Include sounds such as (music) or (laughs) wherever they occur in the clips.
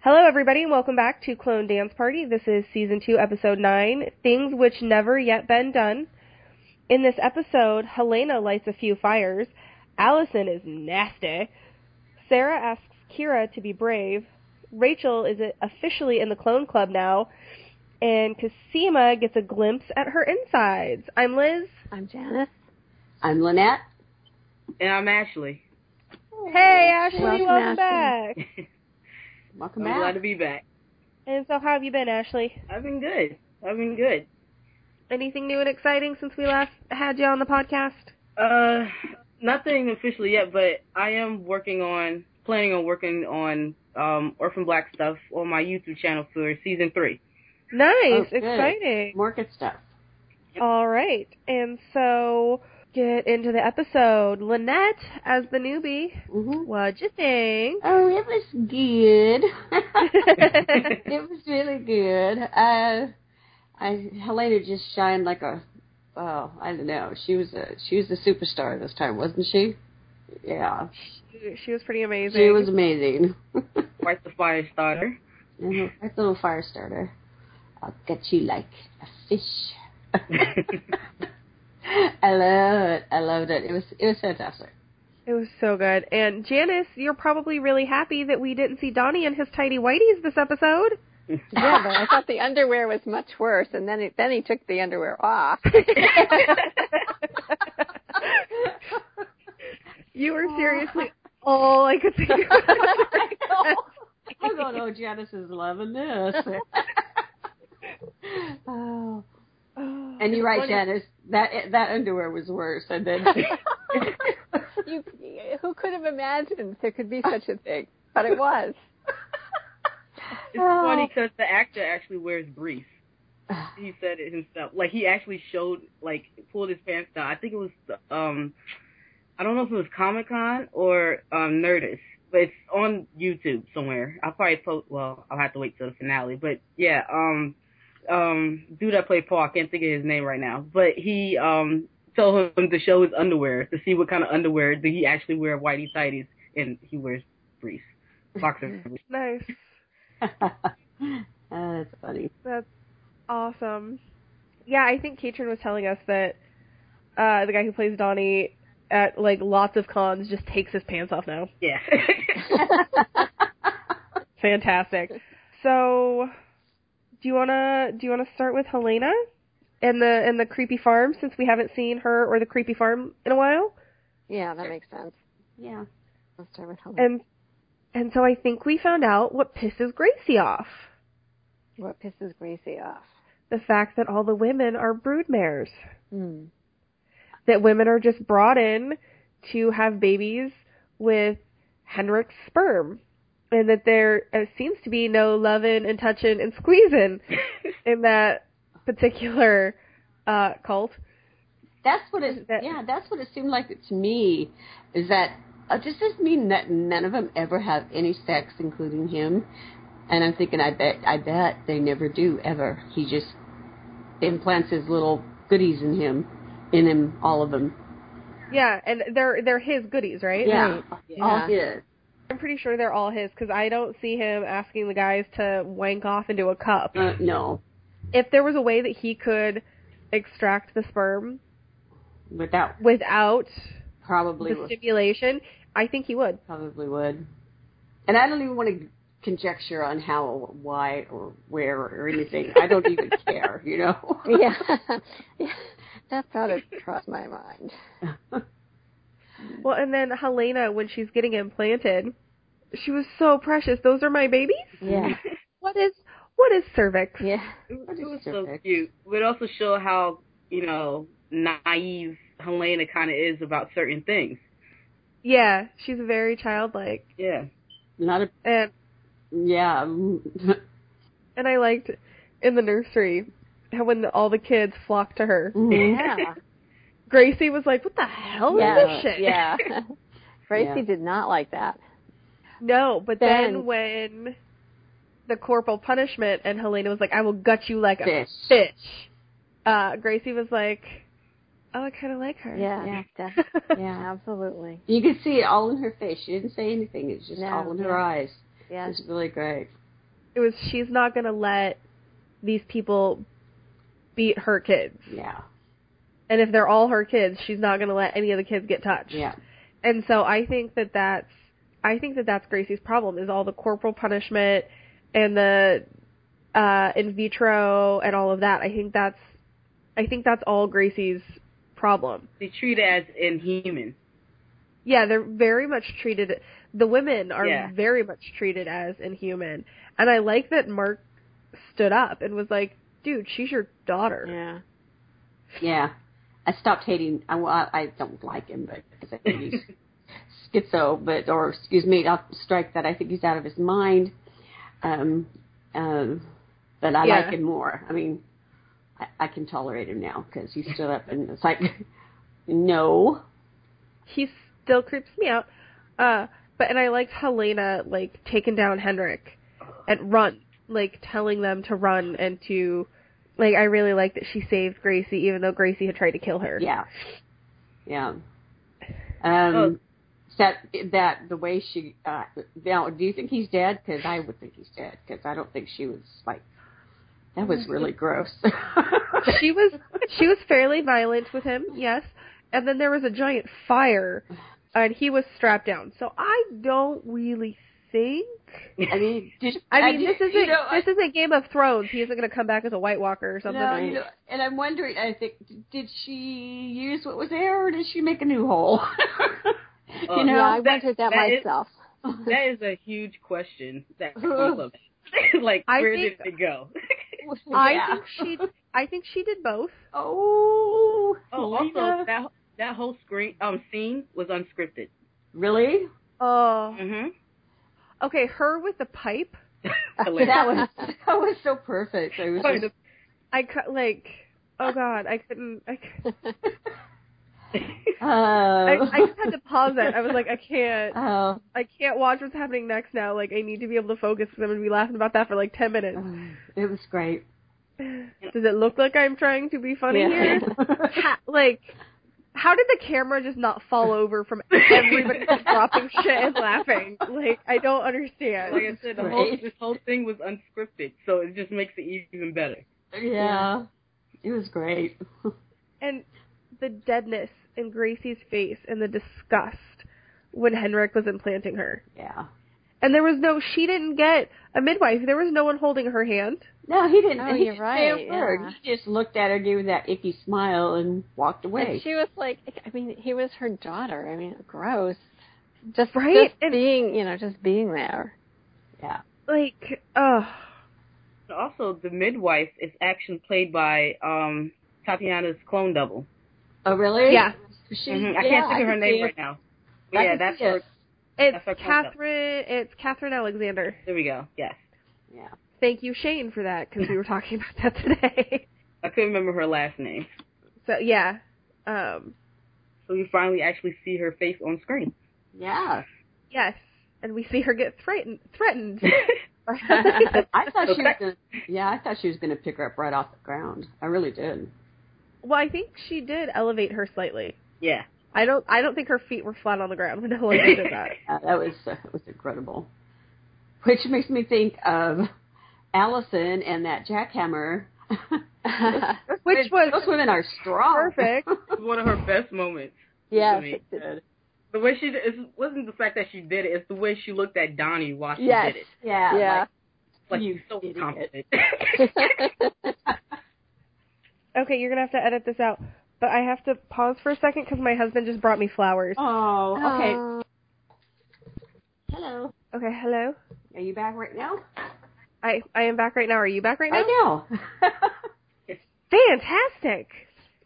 Hello, everybody, and welcome back to Clone Dance Party. This is Season 2, Episode 9 Things Which Never Yet Been Done. In this episode, Helena lights a few fires. Allison is nasty. Sarah asks Kira to be brave. Rachel is officially in the Clone Club now. And Cosima gets a glimpse at her insides. I'm Liz. I'm Janice. I'm Lynette. And I'm Ashley. (laughs) Hey, Ashley, welcome, Welcome, back. Ashley. Welcome I'm back. glad to be back. And so, how have you been, Ashley? I've been good. I've been good. Anything new and exciting since we last had you on the podcast? Uh, nothing officially yet, but I am working on, planning on working on um, Orphan Black stuff on my YouTube channel for season three. Nice, Oh, good. exciting. More good stuff. All right. And so get into the episode. Lynette, as the newbie, hmm what'd you (laughs) think? (laughs) Oh, it was good. I (laughs) it was really good. Uh, I Helena just shined like a. Oh, I don't know. She was a she was a superstar this time, wasn't she? Yeah, she was pretty amazing. she was amazing. (laughs) Quite the fire starter. Mhm. That little fire starter. I'll get you like a (laughs) fish. I love it. I loved it. It was it was fantastic. It was so good. And Janice, you're probably really happy that we didn't see Donnie and his tidy whiteys this (laughs) episode. (laughs) Yeah, but I (laughs) thought the underwear was much worse, and then he, then he took the underwear off. you were seriously all I could think (laughs) of. I'm going, oh, Janice is loving (laughs) this. oh. And you're right, Janice. That that underwear was worse. And (laughs) then (laughs) you, who could have imagined there could be such a thing? But it was. It's funny because the actor actually wears briefs. He said it himself. Like he actually showed, like pulled his pants down. I think it was, um, I don't know if it was Comic Con or um, Nerdist, but it's on YouTube somewhere. I'll probably post. Well, I'll have to wait till the finale. But yeah, um, um, dude, I played Paul. I can't think of his name right now, but he um told him to show his underwear to see what kind of underwear did he actually wear whitey tighties, and he wears briefs, boxer briefs. (laughs) nice. Oh, that's funny. That's awesome. Yeah, I think Katrin was telling us that uh the guy who plays Donnie at like lots of cons just takes his pants off now. Yeah. (laughs) Fantastic. So do you wanna do you wanna start with Helena and the and the creepy farm since we haven't seen her or the creepy farm in a while? (laughs) Yeah, that makes sense. yeah. I'll start with Helen. And and so I think we found out what pisses Gracie off. What pisses Gracie off? The fact that all the women are broodmares. Hmm. that women are just brought in to have babies with Henrik's sperm. And that there uh, seems to be no loving and touching and squeezing in that particular uh, cult. That's what it. That- yeah, that's what it seemed like to me. Is that uh, does this mean that none of them ever have any sex, including him? And I'm thinking, I bet, I bet they never do ever. He just implants his little goodies in him, in him, all of them. Yeah, and they're they're his goodies, right? Yeah, all Yeah. his. I'm pretty sure they're all his because I don't see him asking the guys to wank off into a cup. Uh, no, If there was a way that he could extract the sperm but that without probably the was, stimulation, I think he would. probably would. And I don't even want to conjecture on how, or why, or where, or anything. I don't (laughs) even care, you know. Yeah. (laughs) (laughs) yeah. That thought had crossed my mind. Well, and then Helena, when she's getting implanted, she was so precious. Those are my babies. Yeah. What is what is cervix? (laughs) Yeah. It That is was, Mm-hmm. it was so perfect. cute. But it also show how, you know, naive Helena kind of is about certain things. Yeah, she's very childlike, Yeah. Not a and Yeah. (laughs) mm, and I liked in the nursery how when all the kids flocked to her. mm-hmm. Yeah. Gracie was like, "What the hell is this shit?" (laughs) yeah. Gracie Yeah. did not like that. (laughs) No, but then, Then- when the corporal punishment and Helena was like, "I will gut you like a Fish. fish," uh, Gracie was like, "Oh, I kind of like her." Yeah. Yeah. (laughs) def- Yeah. Absolutely. You could see it all in her face. She didn't say anything. It's just No, all in her yeah. eyes. Yeah. It's really great. It was she's not gonna let these people beat her kids, Yeah. and if they're all her kids, she's not gonna let any of the kids get touched. Yeah. And so I think that that's I think that that's Gracie's problem is all the corporal punishment and the uh in vitro and all of that. I think that's I think that's all Gracie's problem. They treat it as inhuman. Yeah, they're very much treated the women are Yeah. very much treated as inhuman. And I like that Mark stood up and was like, "Dude, she's your daughter." Yeah. Yeah. I stopped hating. I, well, I, I don't like him, but because I think he's (laughs) schizo, but or excuse me, I'll strike that. I think he's out of his mind. Um, um, but I Yeah. like him more. I mean, I, I can tolerate him now because he stood up and it's like, (laughs) no, He still creeps me out. Uh but and I liked Helena like taking down Henrik and run, like telling them to run and to like I really like that she saved Gracie even though Gracie had tried to kill her. yeah, yeah. Um, Oh. that that the way she uh, now, do you think he's dead? Because I would think he's dead because I don't think she was like. That was really gross. Mm-hmm. (laughs) She was she was fairly violent with him, yes. And then there was a giant fire and he was strapped down. So I don't really think I mean, (laughs) did, I mean did- this isn't you know, I- this isn't Game of Thrones. He isn't gonna come back as a White Walker or something. no, you know, and I'm wondering. I think did she use what was there, or did she make a new hole? (laughs) Uh, Oh, you know, yeah, I that- wondered that, that is- myself. (laughs) (laughs) That is a huge question. That comes up. (laughs) like I where think- did it go? (laughs) I Yeah. think she I think she did both. (laughs) Oh, oh, Lena. also that that whole screen um scene was unscripted. really? Oh (laughs) Mm-hmm. okay, her with the pipe. That was (laughs) that was so perfect. I was just, I cou- like oh god, I couldn't I cou- (laughs) uh, I, I just had to pause it. I was like, I can't, (laughs) oh, I can't watch what's happening next now. Like, I need to be able to focus because I'm going to be laughing about that for like ten minutes. it was great. (laughs) Does it look like I'm trying to be funny (laughs) here? (laughs) Ha, like, how did the camera just not fall over from (laughs) everybody just dropping shit and laughing? Like, I don't understand. like I said, the whole, Right. this whole thing was unscripted, so it just makes it even better. yeah, it was great. (laughs) And the deadness in Gracie's face and the disgust when Henrik was implanting her. Yeah. And there was no, she didn't get a midwife. There was no one holding her hand. No, he didn't. Oh, he you're didn't say a right, word. yeah. He just looked at her, gave her that icky smile, and walked away. And she was like, I mean, he was her daughter. I mean, gross. Just Right? just And- being, you know, just being there. yeah. Like, oh, And also, the midwife is actually played by um Tatiana's clone double. Oh, really? Yeah. She, Mhm. I yeah, can't think of her can name see right now. I yeah, can that's see it. her. it's That's our concept. Catherine. It's Catherine Alexander. There we go. Yes, Yeah. Thank you, Shane, for that because we were talking about that today. I couldn't remember her last name, So yeah, um, so we finally actually see her face on screen. (laughs) Yeah. yes, and we see her get threatened. Threatened. (laughs) (laughs) I thought she was gonna. Yeah, I thought she was gonna pick her up right off the ground. I really did. well, I think she did elevate her slightly. yeah, I don't. I don't think her feet were flat on the ground when (laughs) Helena did (laughs) that. Uh, that was (laughs) uh, that was incredible. Which makes me think of Allison and that jackhammer. (laughs) Which was those women are strong. perfect. It was one of her best moments. yes. me. The way she did, it wasn't the fact that she did it; it's the way she looked at Donnie while she Yes. did it. (laughs) yeah. Yeah. Like You she's so idiot. confident. (laughs) okay, you're gonna have to edit this out, but I have to pause for a second because my husband just brought me flowers. Like, (laughs) oh. Okay. Uh, Oh. Hello. Okay, hello. Are you back right now? I I am back right now. Are you back right now? Right now. Fantastic.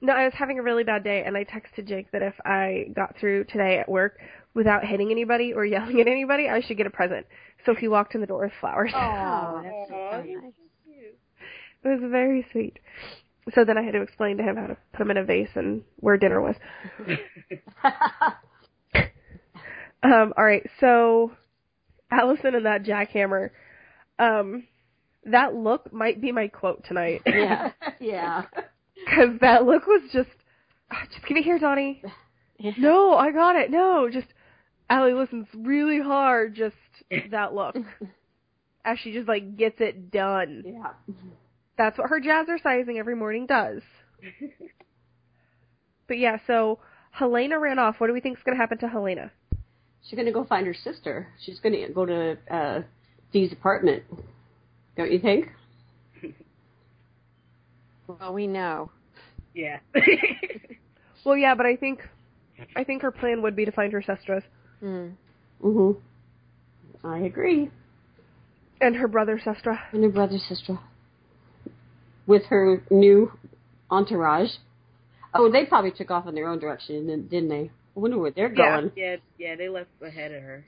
No, I was having a really bad day, and I texted Jake that if I got through today at work without hitting anybody or yelling at anybody, I should get a present. So he walked in the door with flowers. oh. Aw. that's so nice. (laughs) It was very sweet. So then I had to explain to him how to put them in a vase and where dinner was. (laughs) Um, all right, so Allison and that jackhammer. Um, that look might be my quote tonight (laughs) Yeah. yeah. because that look was just, "Ah, just give it here, Donnie. No, I got it. No, just Allie listens really hard. Just that look. as she just like gets it done. Yeah. That's what her jazzercising every morning does. but yeah, so Helena ran off. What do we think is going to happen to Helena? She's going to go find her sister. She's going to go to uh, Dee's apartment. Don't you think? Well, we know. Yeah. (laughs) Well, yeah, but I think I think her plan would be to find her Sestras Mm. Mm-hmm. I agree. and her brother Sestra. And her brother, sister. With her new entourage. Oh, they probably took off in their own direction, didn't- didn't they? I wonder where they're Yeah. going. yeah, yeah, they left ahead of her.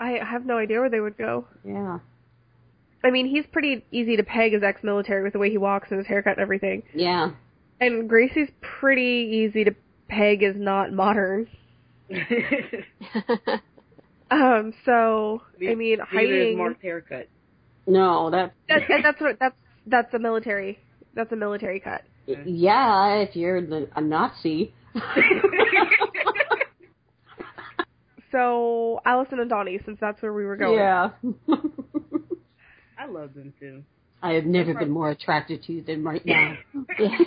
I have no idea where they would go. Yeah. I mean, he's pretty easy to peg as ex-military with the way he walks and his haircut and everything. Yeah. And Gracie's pretty easy to peg as not modern. (laughs) Um, so I mean, Neither is hiding. Mark's haircut. No, that. (laughs) That's and that's what that's that's a military that's a military cut. Yeah, if you're the, a Nazi. So Allison and Donnie, since that's where we (laughs) were going. yeah. (laughs) I love them too. I have never been more attracted to you than (laughs) right (laughs) now. Yeah.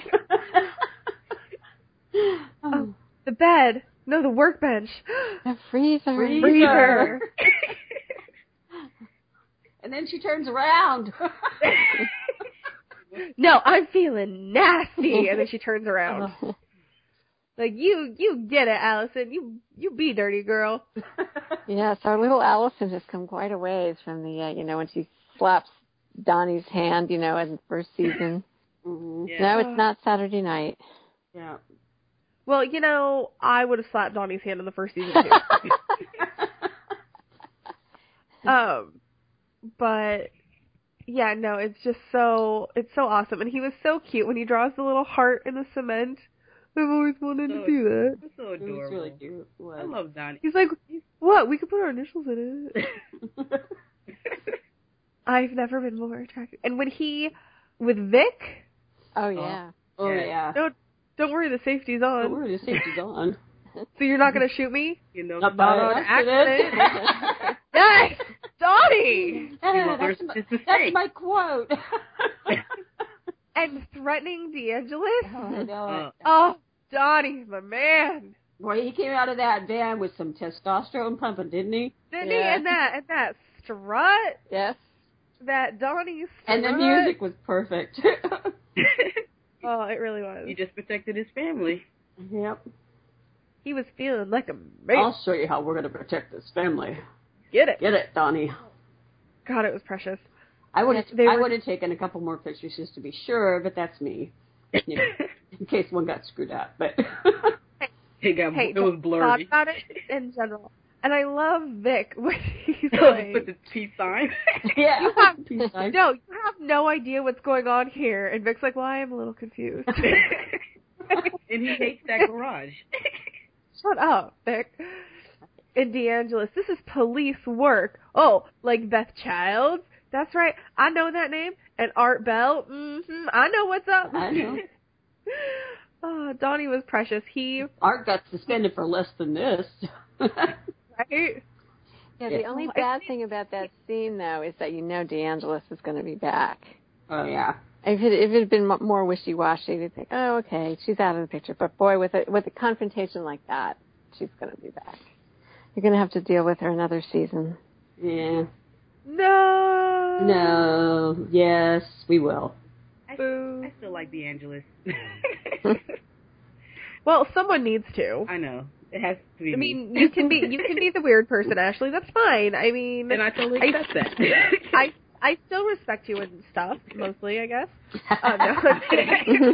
oh, The bed, no, the workbench. (gasps) The freezer. Freezer. and then she turns around. (laughs) no, I'm feeling nasty, and then she turns (laughs) around. Like you, you get it, Allison. You, you be dirty girl. Yes, our little Allison has come quite a ways from the, uh, you know, when she slaps Donnie's hand, you know, in the first season. Mhm. Yeah. No, it's not Saturday night. (laughs) Yeah. Well, you know, I would have slapped Donnie's hand in the first season too. um, but yeah, no, it's just so it's so awesome, and he was so cute when he draws the little heart in the cement. I've always wanted to So- do that. That's so It was adorable. really cute. It was. I love Donnie. (laughs) He's like, what? We could put our initials in it. I've never been more attracted. And when he with Vic, (laughs) Oh, yeah. (laughs) oh Yeah. yeah. don't worry, the safety's Oh, on. we're just safety's on. So you're not gonna shoot me? you know, Not Not by on accident. (laughs) (laughs) Yes, Donnie. Well, that's, there's- my, it's a that's thing. my quote. (laughs) And threatening Oh, DeAngelis. I know it. Uh, Oh, Donnie's my man. Boy, he came out of that van with some testosterone pumping, didn't he? Didn't Yeah. he? And that and that strut, Yes. that Donnie strut. And the music was perfect. (laughs) Oh, it really was. he just protected his family. yep. He was feeling like a man. I'll show you how we're going to protect this family. get it. Get it, Donnie. God, it was precious. I would have Yes, they I were- would have taken a couple more pictures just to be sure, but that's me. You know, in case one got screwed up, but (laughs) (laughs) It got Hey, it was don't blurry. Thought about (laughs) it in general. And I love Vic (laughs) when (laughs) he's Put like, the peace (laughs) sign. (laughs) yeah. You have- Peace sign. (laughs) "No, you have no idea what's going on here." And Vic's like, "Well, I am a little (laughs) confused." (laughs) and he hates that garage. Shut up, Vic. And DeAngelis, this is police work. Oh, like Beth Childs? That's right. I know that name. And Art Bell? hmm I know what's up. I (laughs) know. oh, Donnie was precious. He, Art got suspended for less than this. (laughs) Oh, right? Yeah, Yeah. the (laughs) only bad thing about that scene, though, is that you know DeAngelis is going to be back. oh yeah. If it, if it had been m- more wishy-washy, we'd think, oh, okay, she's out of the picture. But boy, with a, with a confrontation like that, she's going to be back. You're going to have to deal with her another season. Yeah. No. No. Yes, we will. Boo. I still like the Angeles. Well, someone needs to. (laughs) I know it has to be. I me. mean, you can be you can be the weird person, Ashley. That's fine. I mean, (laughs) and I totally accept that. I I still respect you and stuff mostly, I guess. Oh,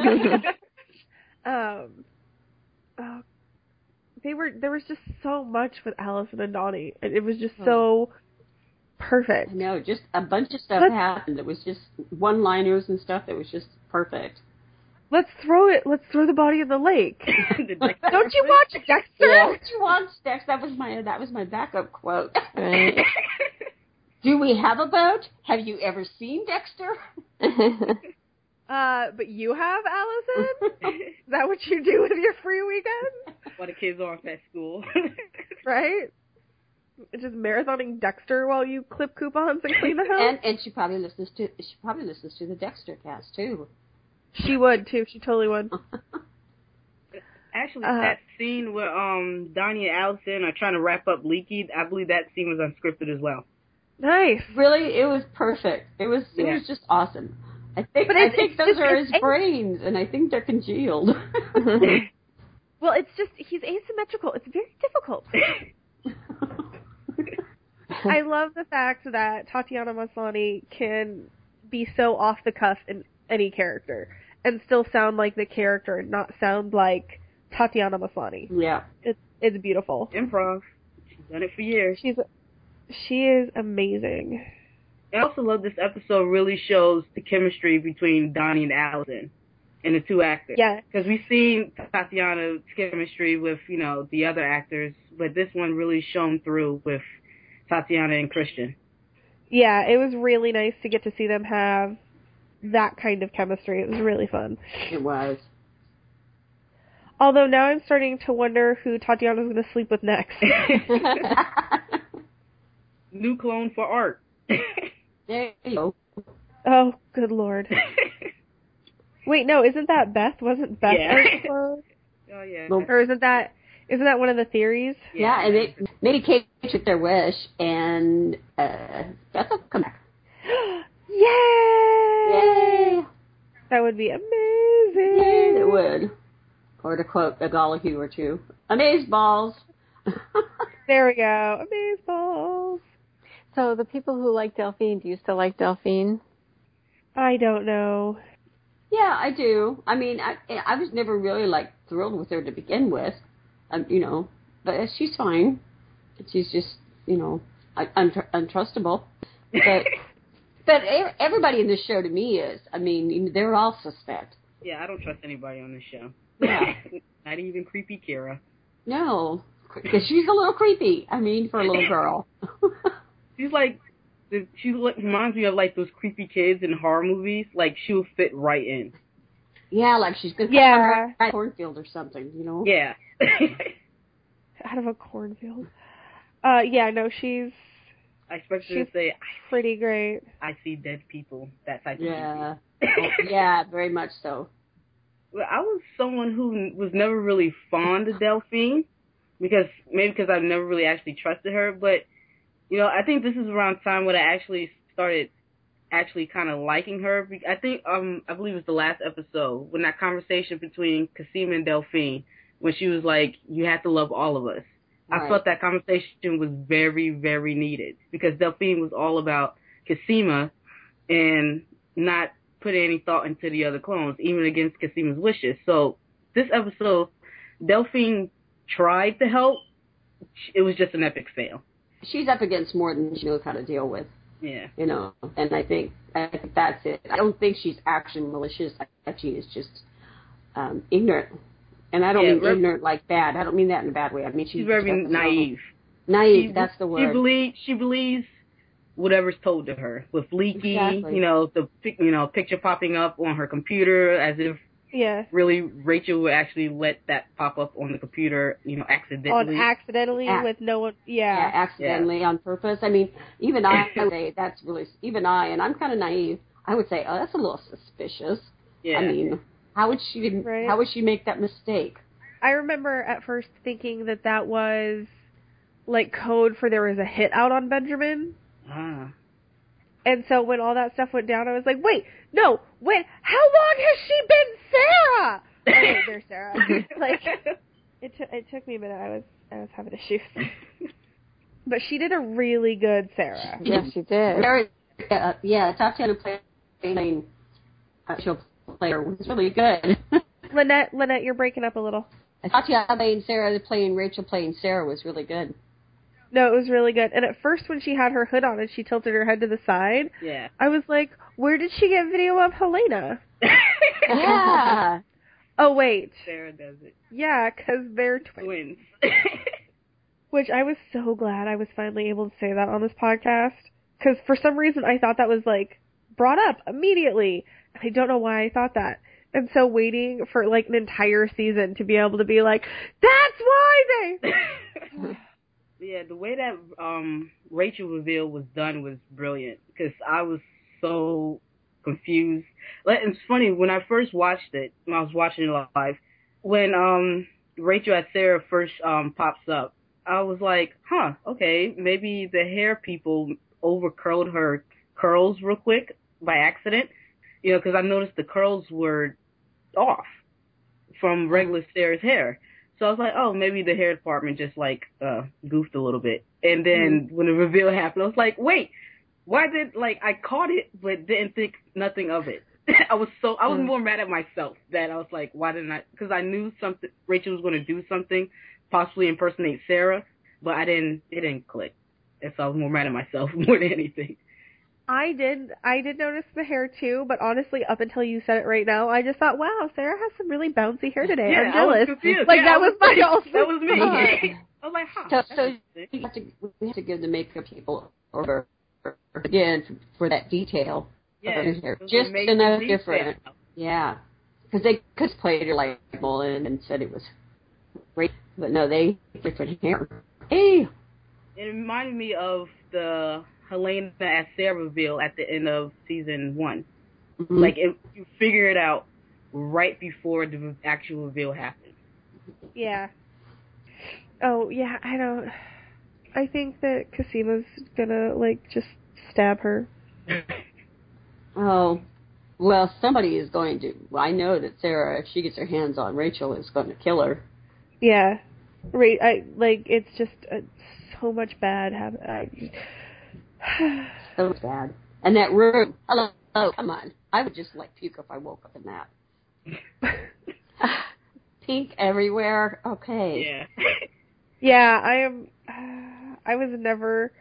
no. (laughs) (laughs) (laughs) um, oh, they were there was just so much with Allison and Donnie, and it was just so perfect. I know, just a bunch of stuff Let's- happened that was just one liners and stuff that was just perfect. Let's throw it. Let's throw the body in the lake. The next Don't you person- watch Dexter? What you want, Dex? That was my that was my backup quote. Right? (laughs) (laughs) Do we have a boat? Have you ever seen Dexter? Uh, but you have Allison. Mm-hmm. Is that what you do with your free weekend? (laughs) While the kids are off at school. Right? just marathoning Dexter while you clip coupons and (laughs) clean the (laughs) house? and and she probably listens to she probably listens to the Dexter cast too. (laughs) she would too. She totally would. Actually, Uh-huh. that scene where um Donnie and Allison are trying to wrap up Leaky, I believe that scene was unscripted as (laughs) well. Nice. really, it was perfect. It was it Yeah. was just awesome. I think But I it's- think it's those just- are it's his ang- brains, and I think they're congealed. Mm-hmm. (laughs) Well, it's just he's asymmetrical. It's very difficult. (laughs) I love the fact that Tatiana Maslany can be so off the cuff in any character and still sound like the character and not sound like Tatiana Maslany. yeah, It's it's beautiful. Improv. She's done it for years. She's she is amazing. I also love this episode really shows the chemistry between Donnie and Allison and the two actors. Yeah. Because we've seen Tatiana's chemistry with, you know, the other actors, but this one really shone through with Tatiana and Christian. Yeah, it was really nice to get to see them have that kind of chemistry. It was really fun. it (laughs) was. Although now I'm starting to wonder who Tatiana's going to sleep with (laughs) next. New clone for art. (laughs) there you go. oh, good lord. Wait, no, isn't that Beth? Wasn't Beth Yeah. Eric's clone? oh, yeah. Well, Or isn't that isn't that one of the theories? (gasps) Yeah, and they made Kate with their wish, and uh, Bethel come back. Yay! Yay! That would be amazing. Yay, they would. Or to quote a Donahue or two, amaze balls. (laughs) There we go. Amazeballs. So the people who like Delphine, do you still like Delphine? I don't know. yeah, I do. I mean, I I was never really like thrilled with her to begin with, um, you know. But she's fine. She's just you know un- untr- untrustable. (laughs) But but e- everybody in this show to me is. I mean, they're all suspect. yeah, I don't trust anybody on this show. Yeah. (laughs) Not even creepy Kira. No, because she's a little creepy. I mean, for a little girl. (laughs) She's like, she li- reminds me of like those creepy kids in horror movies. Like she'll fit right in. yeah, like she's gonna Yeah. come out of a cornfield or something. You know. Yeah. (laughs) Out of a cornfield. Uh, yeah, no, she's I expect her to She's- say, pretty great. I, I see dead people, that type Yeah. Oh, of thing. (laughs) yeah, very much so. Well, I was someone who was never really fond of Delphine because maybe because I've never really actually trusted her. But you know, I think this is around time when I actually started actually kind of liking her. Be- I think um I believe it was the last episode when that conversation between Cassim and Delphine when she was like, "You have to love all of us." I Right. felt that conversation was very, very needed because Delphine was all about Cassima and not put any thought into the other clones, even against Casima's wishes. So this episode, Delphine tried to help. It was just an epic fail. She's up against more than she knows how to deal with. Yeah. you know. And I think I think that's it. I don't think she's actually malicious. I think she is just um, ignorant, and I don't Yeah, mean very- ignorant like bad. I don't mean that in a bad way. I mean she's, She's just very doesn't know. naive. Naive, She- that's the She word. believes she believes whatever's told to her. With Leaky, Exactly. you know, the pic- you know picture popping up on her computer as if Yeah. really Rachel would actually let that pop up on the computer, you know, accidentally. On accidentally Ac- with no one. Yeah, Yeah. accidentally on purpose. I mean, even (coughs) I would say that's really even I, and I'm kind of naive. I would say, oh, that's a little suspicious. yeah. I (laughs) mean, how would she? Right. How would she make that mistake? I remember at first thinking that that was like code for there was a hit out on Benjamin. ah. And so when all that stuff went down, I was like, wait, no, wait, how long has she been Sarah? Oh, (laughs) there's Sarah. like, it, t- it took me a minute. I was, I was having issues. But she did a really good Sarah. Yes, she did. Very, uh, yeah, Tatiana playing, uh, she'll play her was really (laughs) good. Lynette, Lynette, you're breaking up a little. Tatiana playing Sarah playing Rachel playing Sarah was really good. No, it was really good. And at first, when she had her hood on and she tilted her head to the side, (laughs) yeah. I was like, where did she get video of Helena? Yeah. Oh, wait. (laughs) Sarah does it. Yeah, 'cause they're twins. Twins. (laughs) Which I was so glad I was finally able to say that on this podcast. 'Cause for some reason, I thought that was like brought up immediately. I don't know why I thought that. And so waiting for like an entire season to be able to be like, that's why they (laughs) yeah, the way that um Rachel reveal was done was brilliant because I was so confused. Like, it's funny when I first watched it, when I was watching it live, when um Rachel at Sarah first um pops up, I was like, huh, okay, maybe the hair people over curled her curls real quick by accident, you know, because I noticed the curls were off from regular Sarah's hair. So I was like, oh, maybe the hair department just like uh goofed a little bit. And Mm-hmm. then when the reveal happened, I was like, wait, why did like I caught it but didn't think nothing of it. (laughs) I was so I was Mm. more mad at myself that I was like, why didn't I? Because I knew something Rachel was going to do something, possibly impersonate Sarah, but I didn't. It didn't click, and so I was more mad at myself (laughs) more than anything. I did I did notice the hair too, but honestly, up until you said it right now, I just thought, wow, Sarah has some really bouncy hair today. Yeah, I'm I was jealous. confused. Like Yeah, I that was my (laughs) also. That was me. (laughs) I was like, huh. So, that so was sick. you have to, we have to give the makeup people over again for, for that detail. yeah, of her hair. it was just amazing enough detail. different. Yeah, because they could have played it like Mullen and said it was great, but no, they different hair. Hey, It reminded me of the Helena as Sarah reveal at the end of season one. Mm-hmm. Like it, you figure it out right before the actual reveal happens. Yeah. Oh yeah, I don't. I think that Casima's gonna like just stab her. oh, well, somebody is going to. Well, I know that Sarah, if she gets her hands on Rachel, is going to kill her. Yeah. Right. I like it's just uh, so much bad. hap- Uh, So bad. And that room. Hello, oh, come on. I would just like puke if I woke up in that. Pink everywhere. Okay. (laughs) Yeah. (sighs) yeah, I am. (sighs) Uh, I was never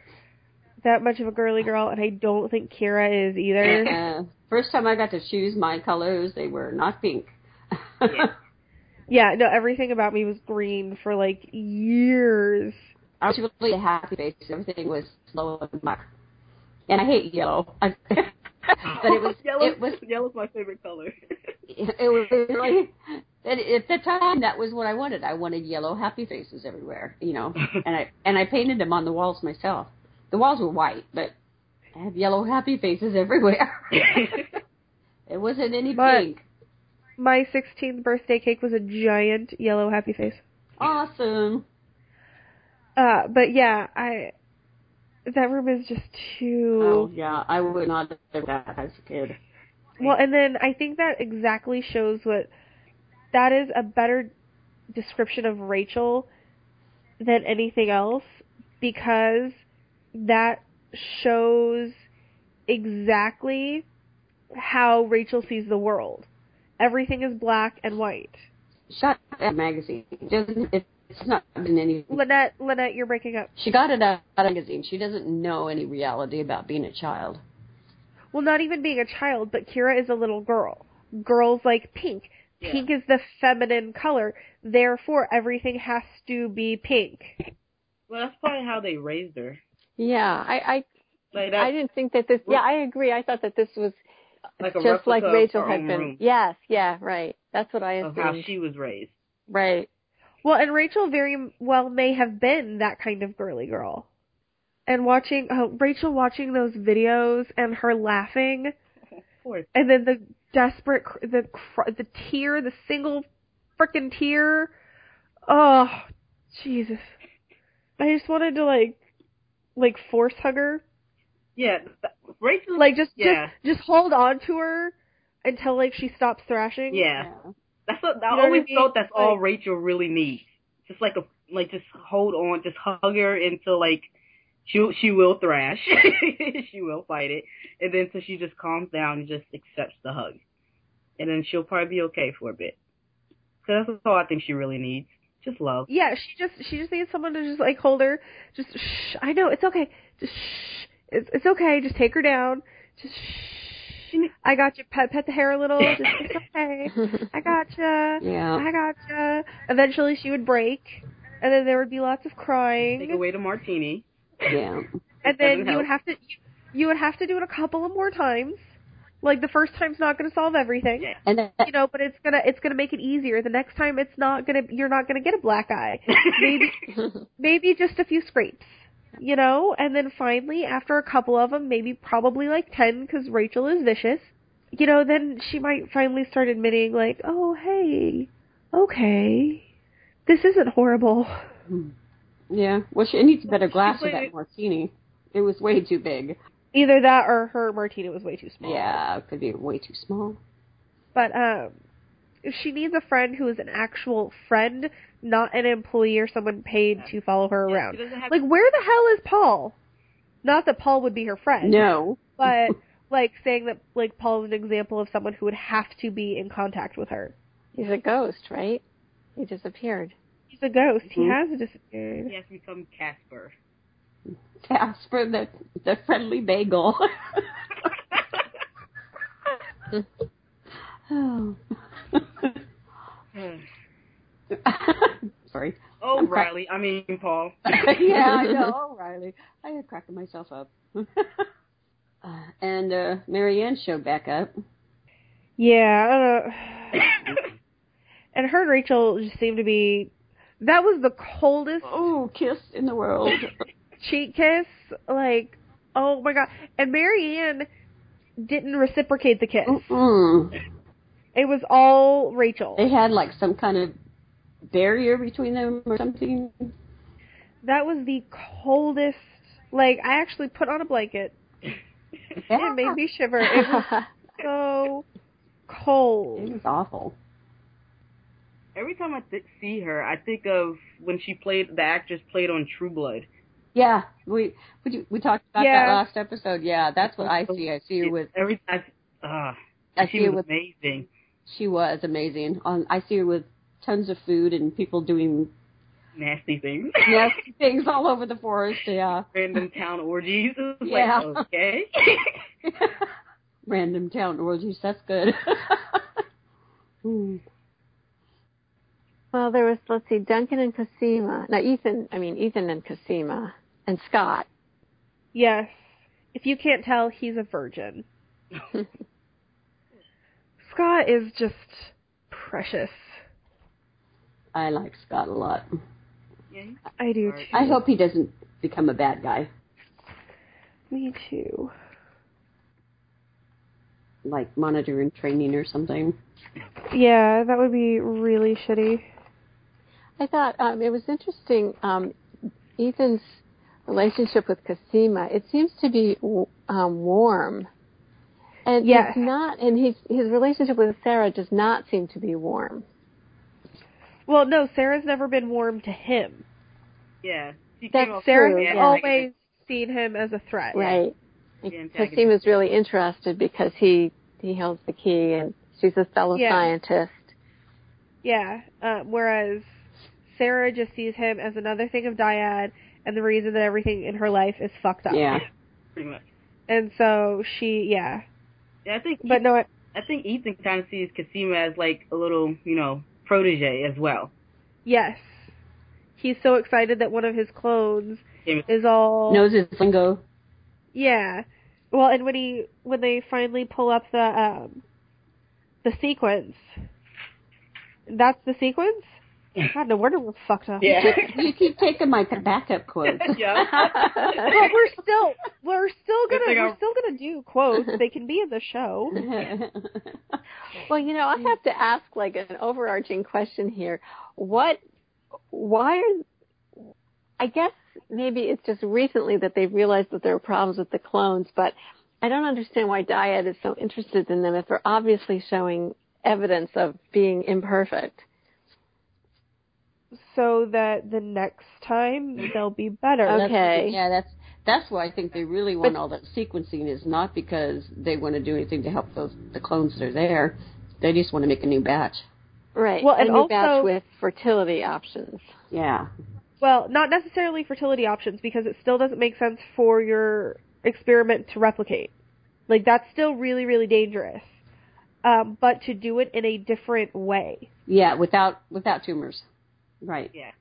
that much of a girly girl, and I don't think Kira is either. (clears throat) Uh, first time I got to choose my colors, they were not pink. yeah. No, everything about me was green for like years. (laughs) I was really happy because everything was slow and black. And I hate yellow. I, (laughs) but it was (laughs) yellow. it was yellow's my (laughs) favorite color. (laughs) it was really and at the time that was what I wanted. I wanted yellow happy faces everywhere, you know. And I and I painted them on the walls myself. The walls were white, but I have yellow happy faces everywhere. it wasn't any But- pink. My 16th birthday cake was a giant yellow happy face. Awesome. Uh, but yeah, I that room is just too Oh yeah, I would not have that as a kid. well. And then I think that exactly shows what that is a better description of Rachel than anything else because that shows exactly how Rachel sees the world. Everything is black and white. Shut up magazine. It doesn't it's not in any Lynette, Lynette, you're breaking up. She got it out of a magazine. She doesn't know any reality about being a child. well, not even being a child, but Kira is a little girl. Girls like pink. Pink is the feminine color. Therefore, everything has to be pink. well, that's probably how they raised her. (laughs) Yeah, I Like I, I that, didn't think that this. Yeah, I agree. I thought that this was like a just like replica of Rachel her had own been. room Yes, yeah, right. That's what I of how assumed. she was raised. Right. Well, and Rachel very well may have been that kind of girly girl. And watching oh, Rachel watching those videos and her laughing, Of course. and then the desperate, cr- the cr- the tear, the single frickin' tear. Oh, Jesus! I just wanted to like, like force hug her. Yeah, th- Rachel. like just Yeah. just just hold on to her until like she stops thrashing. yeah, that's what know I what I always mean? thought. That's all Rachel really needs. Just like a like, just hold on, just hug her until like she she will thrash, (laughs) she will fight it, and then so she just calms down and just accepts the hug, and then she'll probably be okay for a bit. Because that's all I think she really needs. Just love. Yeah, she just she just needs someone to just like hold her. Just shh. I know it's okay. Just shh. It's it's okay. Just take her down. Just shh. I got you. Pet pet the hair a little. Just (laughs) it's okay. I got you. (laughs) Yeah. I got you. Eventually she would break, and then there would be lots of Take crying, away the martini. Yeah. and (laughs) doesn't then you would help. have to you, you would have to do it a couple of more times. Like the first time's not going to solve everything, Yeah. And that, (laughs) (laughs) you know, but it's gonna it's gonna make it easier. The next time, it's not gonna you're not gonna get a black eye. Maybe (laughs) maybe just a few scrapes, you know, and then finally after a couple of them, maybe probably like ten, because Rachel is vicious. You know, then she might finally start admitting like, oh hey, okay, this isn't horrible. yeah. Well, she needs a better glass of played that it- martini. It was way too big. Either that or her martina was way too small. Yeah, it could be way too small. But um she needs a friend who is an actual friend, not an employee or someone paid to follow her Yeah, around. she doesn't have- Like where the hell is Paul? Not that Paul would be her friend. (laughs) No. (laughs) But like saying that like Paul is an example of someone who would have to be in contact with her. He's a ghost, right? He disappeared. He's a ghost. He Mhm. has disappeared. He has to become (sighs) Casper. Casper the the friendly bagel. oh. (laughs) Sorry. oh, I'm cra- Riley. I mean, (laughs) Paul. (laughs) (laughs) yeah, I (laughs) know, Riley. I am cracking myself up. (laughs) uh, and uh, Marianne showed back up. Yeah, I don't know. (sighs) And her and Rachel just seemed to be that was the coldest Oh, kiss in the (laughs) world. cheek kiss. Like, oh my god. And Marianne didn't reciprocate the kiss. Mm. It was all Rachel. They had like some kind of barrier between them or something. That was the coldest. Like, I actually put on a blanket. It made (laughs) me shiver. It was so It cold. was awful. Every time I th- see her, I think of when she played the actress played on True Blood. Yeah, we we, we talked about that Yeah. last episode. Yeah, that's what I see. I see her with every I, uh, I she see her was with amazing. she was amazing. On I see her with tons of food and people doing Nasty things. nasty (laughs) things all over the forest. Yeah, (laughs) (laughs) Random town orgies. It was Yeah. Like, (laughs) okay. random town orgies. That's good. (laughs) Hmm. well, there was let's see, Duncan and Cosima. Now Ethan, I mean Ethan and Cosima and Scott. Yes. If you can't tell, he's a virgin. Scott is just precious. I like Scott a lot. yeah. I do Right. too. I hope he doesn't become a bad guy Me too. like monitor and training or something. Yeah, that would be really shitty. I thought um, it was interesting. Um, Ethan's relationship with Cosima. It seems to be w- um, warm, and Yes. it's not. And his his relationship with Sarah does not seem to be warm. Well, no, Sarah's never been warm to him. Yeah. She That's came off Sarah's True, Oh, yeah. always seen him as a threat. Right. The antagonist. Cosima's really interested because he he holds the key, and she's a fellow Yeah. (laughs) scientist. Yeah. Um, whereas Sarah just sees him as another thing of dyad and the reason that everything in her life is fucked up. Yeah, pretty much. And so she, yeah. Yeah, I think. But no, I- I think Ethan kind of sees Kasima as like a little, you know, protege as well. yes. He's so excited that one of his clones is all knows his lingo. Yeah. Well, and when he when they finally pull up the um the sequence, that's the sequence. God, no wonder we're fucked up. you keep taking my backup quotes. (laughs) yeah. But we're still we're still Good gonna thing we're I- still gonna do quotes. They can be in the (laughs) show. Well, you know, I have to ask like an overarching question here. What, why are, I guess maybe it's just recently that they've realized that there are problems with the clones, but I don't understand why Dyad is so interested in them if they're obviously showing evidence of being imperfect. So that the next time they'll be better. Okay. Yeah, that's that's why I think they really want But- all that sequencing is not because they want to do anything to help those the clones that are there. They just want to make a new batch. Right. Well, and a new batch also- with fertility options. Yeah. Well, not necessarily fertility options because it still doesn't make sense for your experiment to replicate. Like that's still really, really dangerous. Um, but to do it in a different way. Yeah, without without tumors. Right. yeah.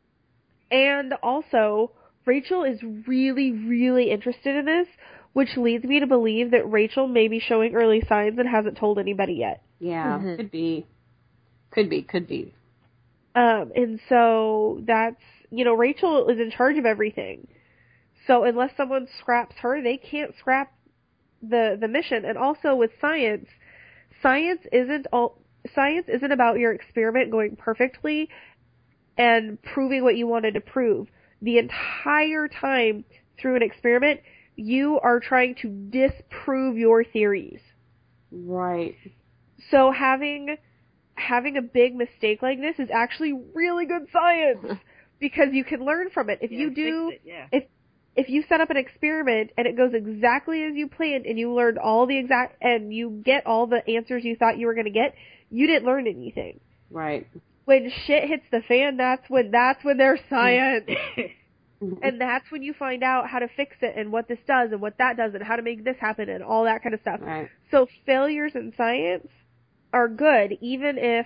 And also, Rachel is really, really interested in this, which leads me to believe that Rachel may be showing early signs and hasn't told anybody yet. Yeah, Mhm. could be, could be, could be. Um, and so that's, you know, Rachel is in charge of everything. So unless someone scraps her, they can't scrap the, the mission. And also with science, science isn't all, science isn't about your experiment going perfectly and proving what you wanted to prove. The entire time through an experiment, you are trying to disprove your theories. Right. So having having a big mistake like this is actually really good (laughs) science because you can learn from it. If Yeah, you fix do it, yeah. if you set up an experiment and it goes exactly as you planned and you learned all the exact and you get all the answers you thought you were going to get, you didn't learn anything. Right. When shit hits the fan, that's when that's when there's science. (laughs) And that's when you find out how to fix it and what this does and what that does and how to make this happen and all that kind of stuff. Right. So failures in science are good, even if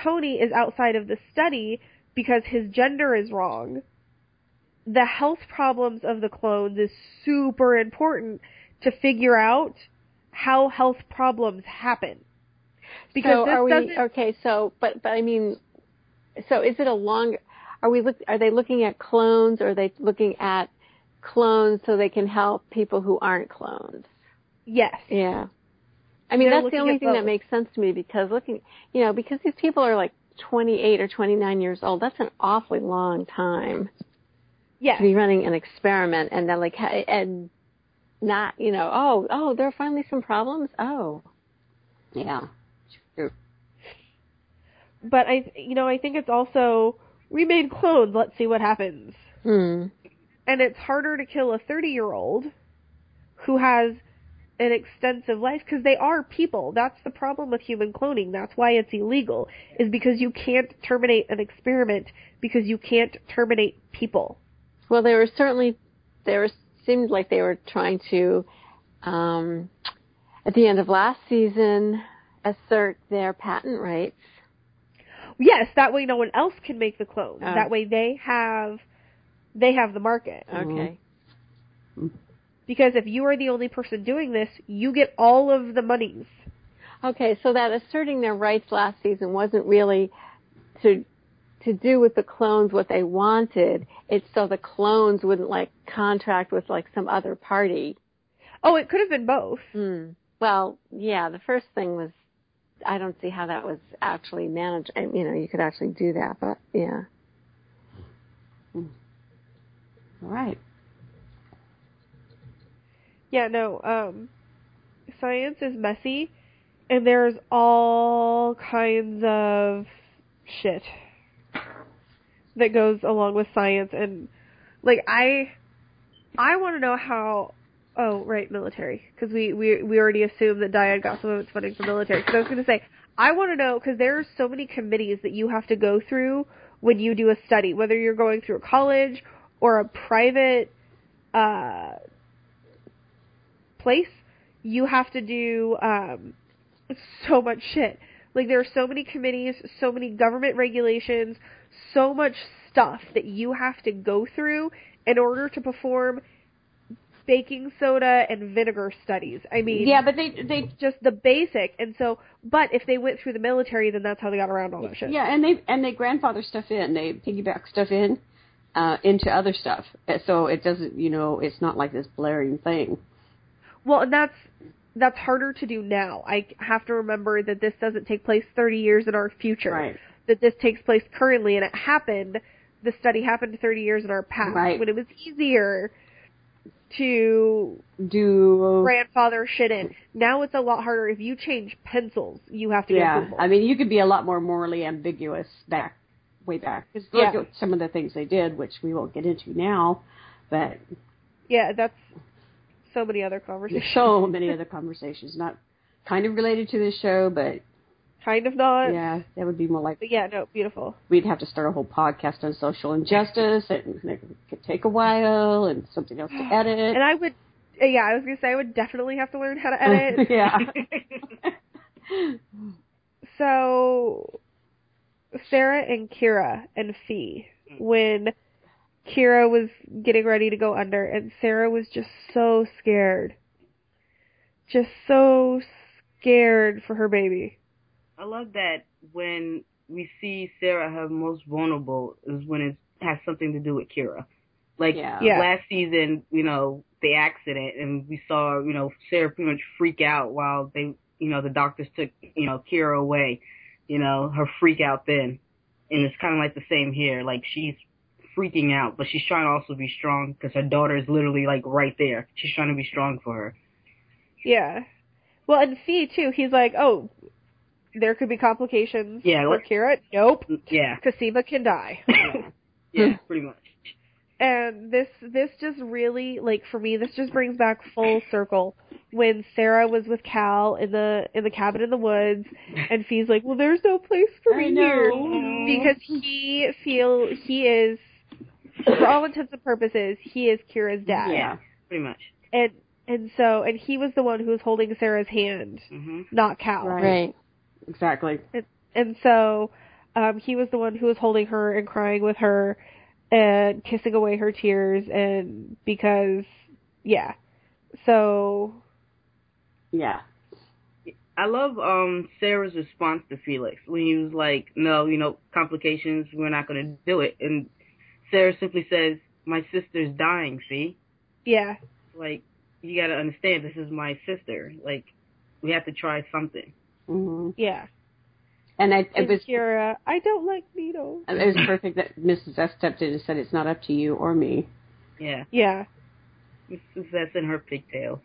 Tony is outside of the study because his gender is wrong. The health problems of the clones is super important to figure out how health problems happen. Because so this are we doesn't okay? So, but but I mean, so is it a long? Are we look? Are they looking at clones? Or are they looking at clones so they can help people who aren't cloned? yes. Yeah. I mean, They're that's the looking only at thing both. that makes sense to me because looking, you know, because these people are like 28 or 29 years old, that's an awfully long time Yes. to be running an experiment and then like, ha- and not, you know, oh, oh, there are finally some problems. Oh, Yeah. True. But I you know, I think it's also we made clones, let's see what happens. hmm. and it's harder to kill a 30 year old who has an extensive life because they are people. That's the problem with human cloning. That's why it's illegal, is because you can't terminate an experiment because you can't terminate people. Well, they were certainly they were seemed like they were trying to um, at the end of last season assert their patent rights. Yes, that way no one else can make the clone. Oh. That way they have they have the market. Okay. Because if you are the only person doing this, you get all of the monies. Okay, so that asserting their rights last season wasn't really to to do with the clones what they wanted. It's so the clones wouldn't like contract with like some other party. Oh, it could have been both. Hmm. Well, yeah, the first thing was I don't see how that was actually managed. I- You know, you could actually do that, but yeah. All right. Yeah, no. Um, science is messy, and there's all kinds of shit that goes along with science. And like, I, I want to know how. Oh, right, military, because we we we already assumed that Diane got some of its funding from military. Because I was going to say, I want to know because there are so many committees that you have to go through when you do a study, whether you're going through a college or a private. Uh, place, you have to do um, so much shit. Like there are so many committees, so many government regulations, so much stuff that you have to go through in order to perform baking soda and vinegar studies. I mean, Yeah, but they they just the basic. And so, but if they went through the military, then that's how they got around all that shit. yeah, and they and they grandfather stuff in, they piggyback stuff in uh into other stuff. Uh, So it doesn't, you know, it's not like this blaring thing. Well, and that's that's harder to do now. I have to remember that this doesn't take place 30 years in our future. Right. That this takes place currently, and it happened. The study happened 30 years in our past Right. when it was easier to Do grandfather shit in. Now it's a lot harder. If you change pencils, you have to get yeah, approval. I mean, you could be a lot more morally ambiguous back way back. It's like Yeah. some of the things they did, which we won't get into now, but yeah, that's so many other conversations. so many other conversations not kind of related to this show, but Kind of not. yeah, that would be more like But yeah, no, beautiful. we'd have to start a whole podcast on social injustice, and it could take a while, and something else to edit. And I would, yeah, I was gonna say I would definitely have to learn how to edit. (laughs) (laughs) yeah. (laughs) so Sarah and Kira and Fee when Kira was getting ready to go under and Sarah was just so scared just so scared for her baby. I love that when we see Sarah her most vulnerable is when it has something to do with Kira. Like Yeah. Yeah. last season, you know, the accident and we saw, you know, Sarah pretty much freak out while they you know, the doctors took, you know, Kira away, you know, her freak out then. And it's kind of like the same here. Like she's freaking out, but she's trying to also be strong because her daughter is literally like right there. She's trying to be strong for her. Yeah. Well, and C too. He's like, oh, there could be complications. Yeah, For like- Kira, nope. Yeah. Kasima can die. (laughs) yeah, pretty much. and this this just really like for me this just brings back full circle when Sarah was with Cal in the in the cabin in the woods and Fee's like, "Well, there's no place for I me know. here." Because he feel he is for all intents and purposes, he is Kira's dad. Yeah, pretty much. And and so and he was the one who was holding Sarah's hand, hmm not Cal. Right. Right. Exactly. And so um he was the one who was holding her and crying with her and kissing away her tears and because yeah. So Yeah. I love um Sarah's response to Felix when he was like, "No, you know, complications. We're not going to do it." And Sarah simply says, "My sister's dying. See, yeah. like, you got to understand. This is my sister. Like, we have to try something." hmm Yeah. And I, it And was Kira, I don't like needles. it was perfect that Mrs. S stepped in and said it's not up to you or me. Yeah, Yeah. that's in her pigtail.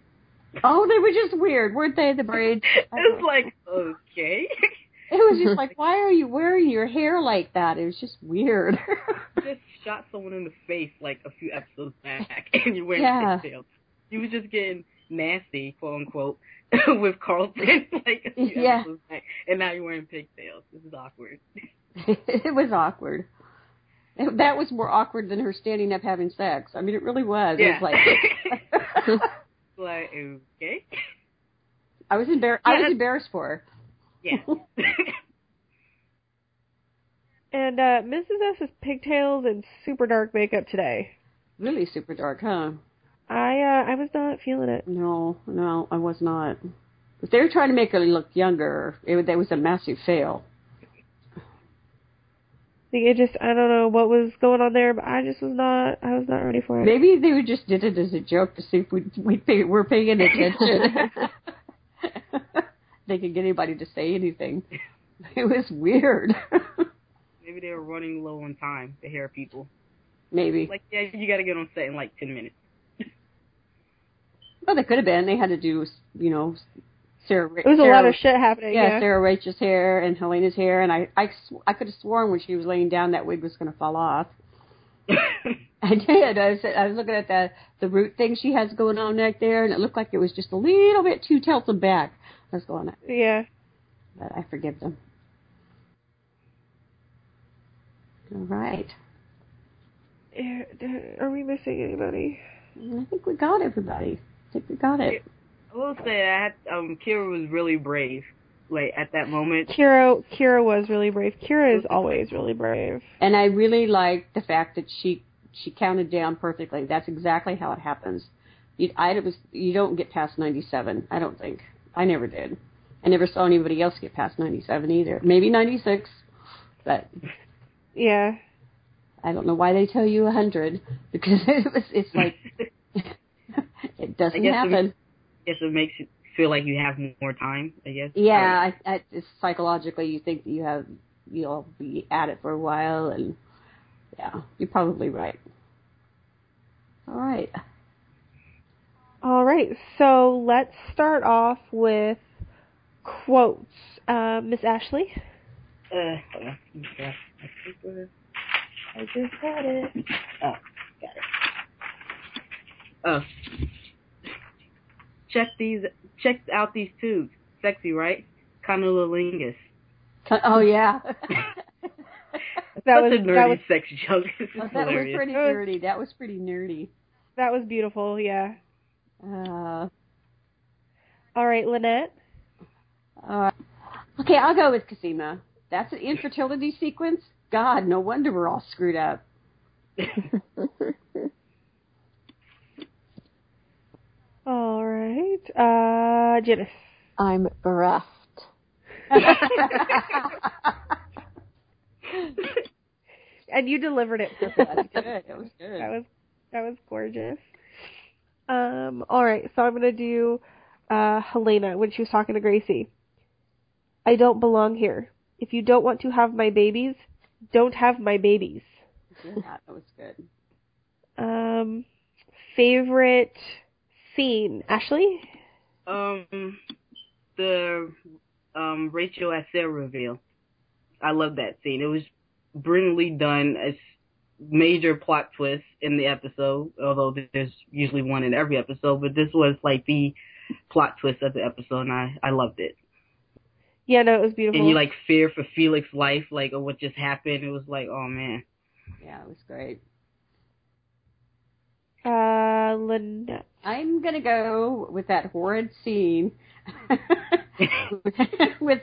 Oh, they were just weird, weren't they? The braids. I don't It's like okay, (laughs) It was just like, why are you wearing your hair like that? It was just weird. (laughs) just shot someone in the face like a few episodes back, (laughs) and you're wearing Yeah. pigtails. You was just getting nasty, quote unquote, (laughs) with Carlton (laughs) like a few Yeah. episodes back, and now you're wearing pigtails. This is awkward. it was awkward. It- That was more awkward than her standing up having sex. I mean, it really was. It Yeah. was like, (laughs) (laughs) like okay, I was embarrassed. I Yeah. was embarrassed for her. yeah. (laughs) And uh Mrs. S's pigtails and super dark makeup today. Really super dark, huh? I uh I was not feeling it. No, no, I was not. If they were trying to make her look younger, it, was- that was a massive fail. Like, It just I don't know what was going on there, but I just was not I was not ready for it. Maybe they would just did it as a joke to see if we'd, we'd pay, we're paying attention. they could get anybody to say anything. It was weird. Maybe they were running low on time. The hair people. Maybe. Like yeah, you got to get on set in like ten minutes. (laughs) Well, they could have been. They had to do, you know, Sarah. It was a lot of shit happening. Yeah, Yeah. Sarah Rachel's hair and Helena's hair, and I, I, sw- I could have sworn when she was laying down that wig was going to fall off. I did. I was, I was looking at the the root thing she has going on back there, and it looked like it was just a little bit too tilted back. I was going, yeah. but I forgive them. All right, Are we missing anybody? I think we got everybody. I think we got it. I will say I had um Kira was really brave. Like at that moment, Kira Kira was really brave. Kira is always really brave. And I really liked the fact that she she counted down perfectly. That's exactly how it happens. You, I was you don't get past ninety seven. I don't think I never did. I never saw anybody else get past ninety seven either. Maybe ninety six, but Yeah. I don't know why they tell you a hundred because (laughs) it was it's like (laughs) it I doesn't guess happen. guess it makes you feel like you have more time. I guess. Yeah, I, I, it's psychologically you think that you have you'll be at it for a while, and yeah, you're probably right. All right, All right. So let's start off with quotes. Uh, Miss Ashley. Uh, hold on. Okay. I think we're- I just had it. Oh, got it. Oh. Check these. Check out these tubes. Sexy, right? Conolingus. Co- oh yeah, That (laughs) That's was a that was Oh, nerdy sex joke. (laughs) This is that was hilarious. pretty nerdy. That was pretty nerdy. that was beautiful. Yeah. Uh, All right, Lynette. all right. Okay, I'll go with Casima. That's an infertility sequence. God, no wonder we're all screwed up. (laughs) (laughs) All right. Uh, Prepogenous. (laughs) I'm bereft. and you delivered it. That's good. That was good. That was that was gorgeous. Um, all right, so I'm gonna do uh, Helena when she was talking to Gracie. I don't belong here. If you don't want to have my babies, don't have my babies. Yeah, that was good. Um, favorite scene, Ashley? Um, the um Rachel at Sarah reveal. I love that scene. It was brilliantly done. It's major plot twist in the episode, although there's usually one in every episode, but this was like the plot twist of the episode, and I I loved it. Yeah, no, it was beautiful. And you like fear for Felix's life, like or what just happened. It was like, oh man. Yeah, it was great. Uh, Lynette. I'm gonna go with that horrid scene (laughs) with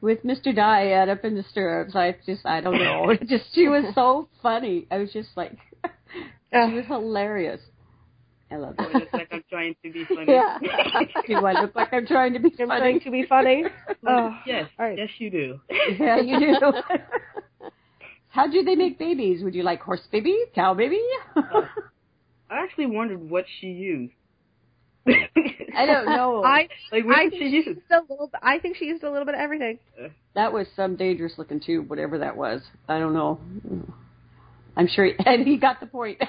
with Mr. Diet up in the stirrups. I just I don't (laughs) know. It just she was so funny. I was just like (laughs) she was hilarious. I love Or it. just like I'm trying to (laughs) be funny. Yeah. Do I look like I'm trying to be I'm funny? trying to be funny. Oh, Yes, All right. yes you do. yeah, you (laughs) do. (laughs) How do they make babies? Would you like horse baby, cow baby? (laughs) I actually wondered what she used. I don't know. (laughs) I like what I did think she she use? used a little. I think she used a little bit of everything. That was some dangerous looking tube, whatever that was. I don't know. I'm sure, he, (laughs) and he got the point.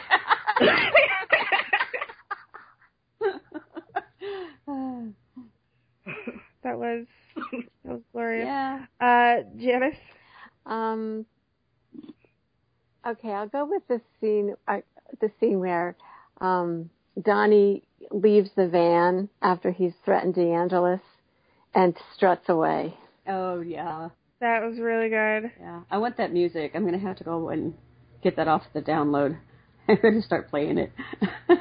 (laughs) That was that was glorious. yeah. Uh, Janice. Um, okay, I'll go with the scene. Uh, the scene where um, Donnie leaves the van after he's threatened DeAngelis and struts away. (laughs) Oh yeah. That was really good. Yeah. I want that music. I'm gonna have to go and get that off the download. (laughs) I'm gonna start playing it. (laughs)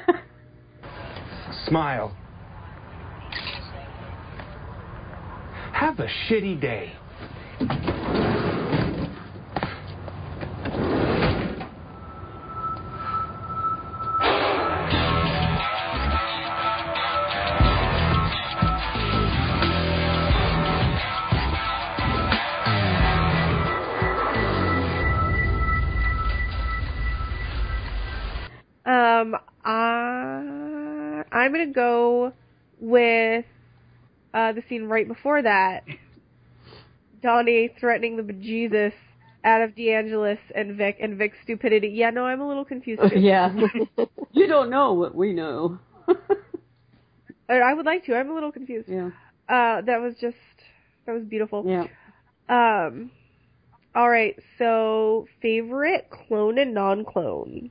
Smile. Have a shitty day. Um, uh, I'm gonna go with uh, the scene right before that. Donnie threatening the bejesus out of DeAngelis and Vic and Vic's stupidity. Yeah, no, I'm a little confused. Too. Oh, yeah. you don't know what we know. (laughs) I I would like to. I'm a little confused. yeah. Uh, that was just that was beautiful. Yeah. Um, all right. So favorite clone and non-clone,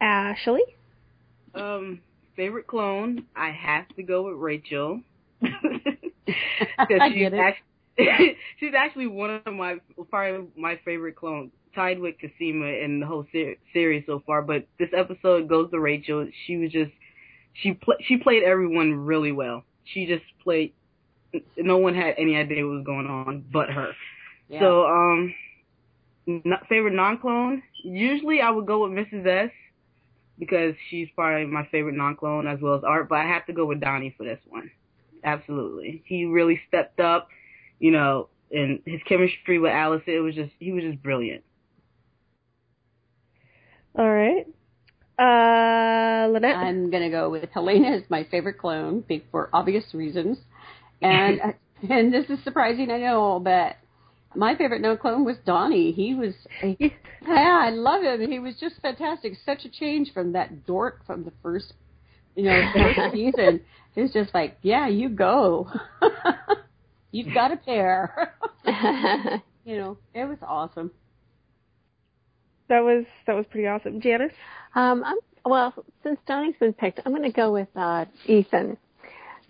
Ashley. (laughs) Um, favorite clone. I have to go with Rachel. 'Cause (laughs) I she's get (laughs) it. Actually, she's actually one of my probably my favorite clones, tied with Kasima in the whole ser- series so far. But this episode goes to Rachel. She was just she pl- she played everyone really well. She just played. No one had any idea what was going on but her. Yeah. So, um, not, favorite non-clone. Usually, I would go with Mrs. S because she's probably my favorite non-clone as well as Art. But I have to go with Donnie for this one. Absolutely, he really stepped up. You know, and his chemistry with Alice, it was just he was just brilliant. All right. Uh, Lynette. I'm gonna go with Helena is my favorite clone, big for obvious reasons, and uh, and this is surprising, I know, but my favorite no clone was Donnie. He was, yeah, I love him. He was just fantastic. Such a change from that dork from the first, you know, first season. It was just like, yeah, you go. (laughs) You've got a pair. (laughs) you know, it was awesome. (laughs) That was that was pretty awesome, Janice. Um, I'm, well, since Donnie's been picked, I'm going to go with uh, Ethan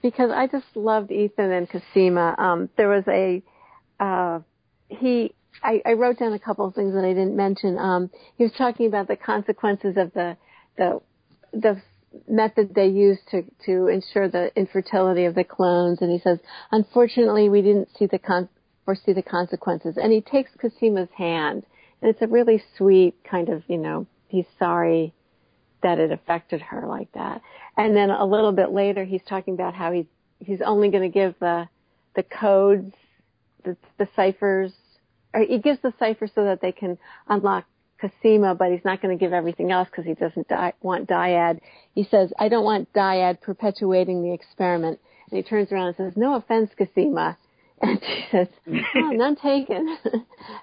because I just loved Ethan and Kasima. Um, there was a uh, he. I, I wrote down a couple of things that I didn't mention. Um, he was talking about the consequences of the the the method they used to to ensure the infertility of the clones, and he says, unfortunately, we didn't see the con- foresee the consequences. And he takes Casima's hand, and it's a really sweet kind of you know he's sorry that it affected her like that. And then a little bit later, he's talking about how he's he's only going to give the the codes, the the ciphers, or he gives the cipher so that they can unlock Cosima, but he's not going to give everything else because he doesn't di- want dyad. He says, "I don't want dyad perpetuating the experiment." And he turns around and says, "No offense, Cosima." (laughs) And she says, (laughs) oh, "None taken." (laughs) so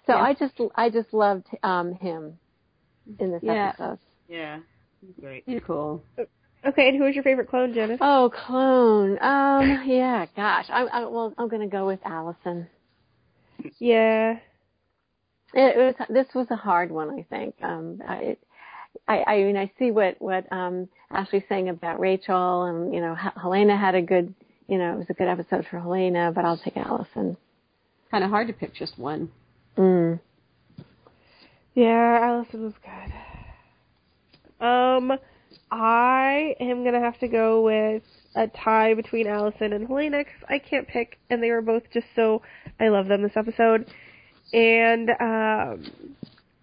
Yeah. I just I just loved um, him in this Yeah. episode. Yeah. He's great. You're cool. Okay, and who was your favorite clone, Janice? Oh, clone. Um, yeah, gosh. I, I well, I'm gonna go with Allison. Yeah. It was this was a hard one, I think. Um, I, it, I, I mean, I see what what um Ashley's saying about Rachel, and you know, H- Helena had a good, you know, it was a good episode for Helena, but I'll take Allison. Kind of hard to pick just one. Mm. Yeah, Allison was good. Um, I am gonna have to go with a tie between Allison and Helena 'cause I can't pick, and they were both just so. I love them this episode, and um,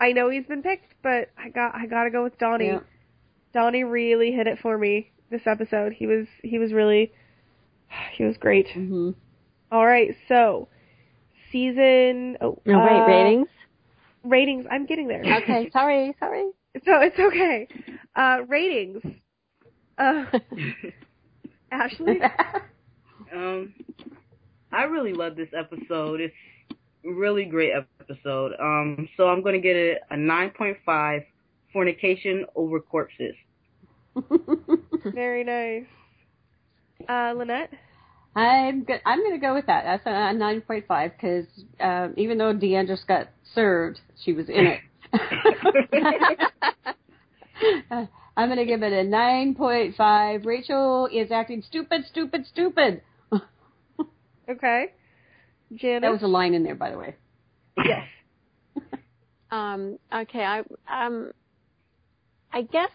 I know he's been picked, but I got I gotta go with Donnie. Yeah. Donnie really hit it for me this episode. He was he was really (sighs) he was great. Mm-hmm. All right, so season oh No, wait, uh, ratings. ratings. I'm getting there. Okay, sorry, sorry. (laughs) So it's okay. Uh, ratings. (laughs) Uh, Ashley. (laughs) Um, I really love this episode. It's a really great episode. Um, so I'm gonna get a, a 9.5 fornication over corpses. (laughs) Very nice. Uh, Lynette. I'm go- I'm going to go with that. That's a nine point five because um, even though Deanne just got served, she was in it. (laughs) I'm going to give it a nine point five. Rachel is acting stupid, stupid, stupid. Okay. Janice. That was a line in there, by the way. (laughs) Yes. Um, okay, I um, I guess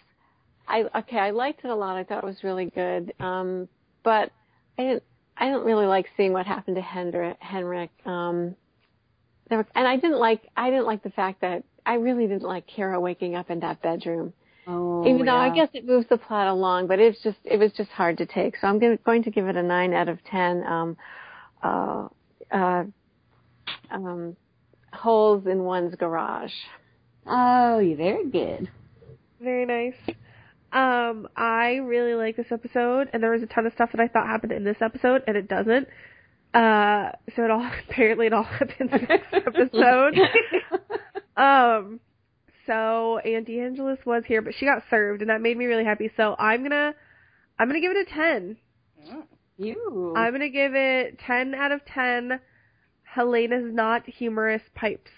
I okay. I liked it a lot. I thought it was really good. Um, but I didn't. I didn't really like seeing what happened to Hendrick. Henrik. Um, there were, and I didn't like. I didn't like the fact that I really didn't like Kara waking up in that bedroom. Oh, Even though I yeah. guess it moves the plot along, but it's just it was just hard to take. So I'm gonna, going to give it a nine out of ten. Um, uh, uh, um, holes in one's garage. Oh, you're very good. Very nice. Um, I really like this episode, and there was a ton of stuff that I thought happened in this episode, and it doesn't. Uh, so it all (laughs) apparently it all happens in (laughs) this episode. (laughs) um, so and DeAngelis was here, but she got served, and that made me really happy. So I'm gonna, I'm gonna give it a ten. (laughs) you. I'm gonna give it ten out of ten. Helena's not humorous pipes.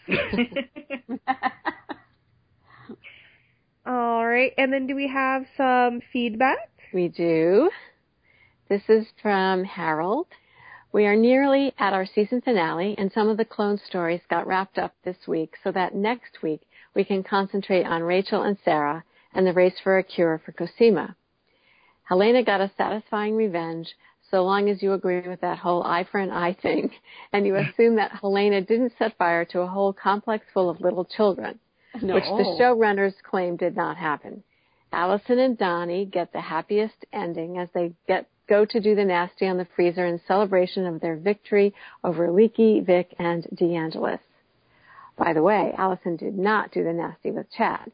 All right, and then do we have some feedback? We do. This is from Harold. We are nearly at our season finale, and some of the clone stories got wrapped up this week so that next week we can concentrate on Rachel and Sarah and the race for a cure for Cosima. Helena got a satisfying revenge so long as you agree with that whole eye for an eye thing, (laughs) and you assume that Helena didn't set fire to a whole complex full of little children no. which the showrunners claim did not happen. Allison and Donnie get the happiest ending as they get go to do the nasty on the freezer in celebration of their victory over Leaky, Vic, and DeAngelis. By the way, Allison did not do the nasty with Chad.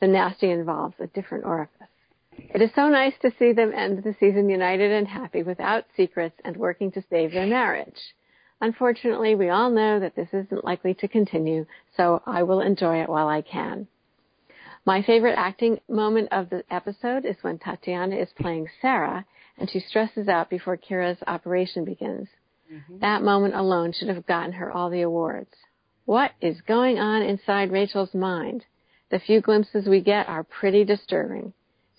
The nasty involves a different orifice. It is so nice to see them end the season united and happy without secrets and working to save their marriage. Unfortunately, we all know that this isn't likely to continue, so I will enjoy it while I can. My favorite acting moment of the episode is when Tatiana is playing Sarah and she stresses out before Kira's operation begins. That moment alone should have gotten her all the awards. What is going on inside Rachel's mind? The few glimpses we get are pretty disturbing.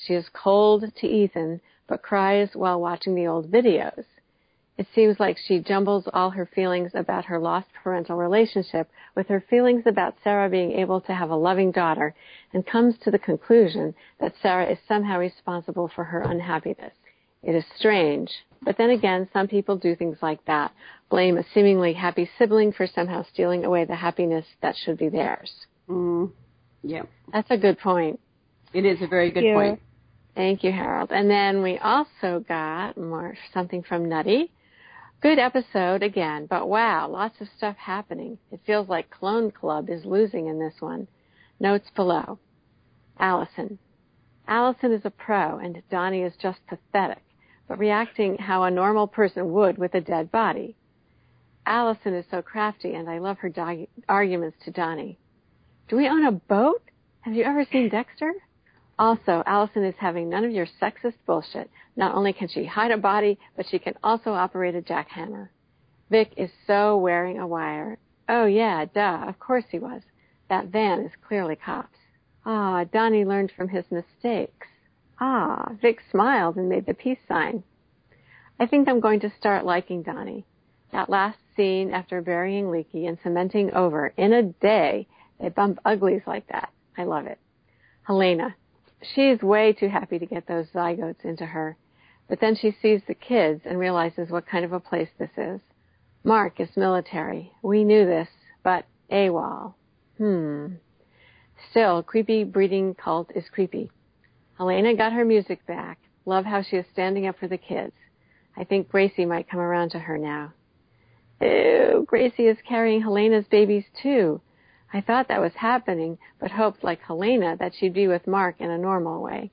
She is cold to Ethan, but cries while watching the old videos. It seems like she jumbles all her feelings about her lost parental relationship with her feelings about Sarah being able to have a loving daughter and comes to the conclusion that Sarah is somehow responsible for her unhappiness. It is strange, but then again, some people do things like that, blame a seemingly happy sibling for somehow stealing away the happiness that should be theirs. (laughs) Mm, yep. That's a good point. It is a very good Yeah. point. Thank you, Harold. And then we also got more something from Nutty. Good episode again, but wow, lots of stuff happening. It feels like Clone Club is losing in this one. Notes below. Allison. Allison is a pro and Donnie is just pathetic, but reacting how a normal person would with a dead body. Allison is so crafty and I love her dog- arguments to Donnie. Do we own a boat? Have you ever seen Dexter? Also, Allison is having none of your sexist bullshit. Not only can she hide a body, but she can also operate a jackhammer. Vic is so wearing a wire. Oh yeah, duh, of course he was. That van is clearly cops. Ah, Donnie learned from his mistakes. Ah, Vic smiled and made the peace sign. I think I'm going to start liking Donnie. That last scene after burying Leaky and cementing over in a day, they bump uglies like that. I love it. Helena, she is way too happy to get those zygotes into her. But then she sees the kids and realizes what kind of a place this is. Mark is military. We knew this, but AWOL. Hmm. Still, creepy breeding cult is creepy. Helena got her music back. Love how she is standing up for the kids. I think Gracie might come around to her now. Ew, Gracie is carrying Helena's babies too. I thought that was happening, but hoped, like Helena, that she'd be with Mark in a normal way.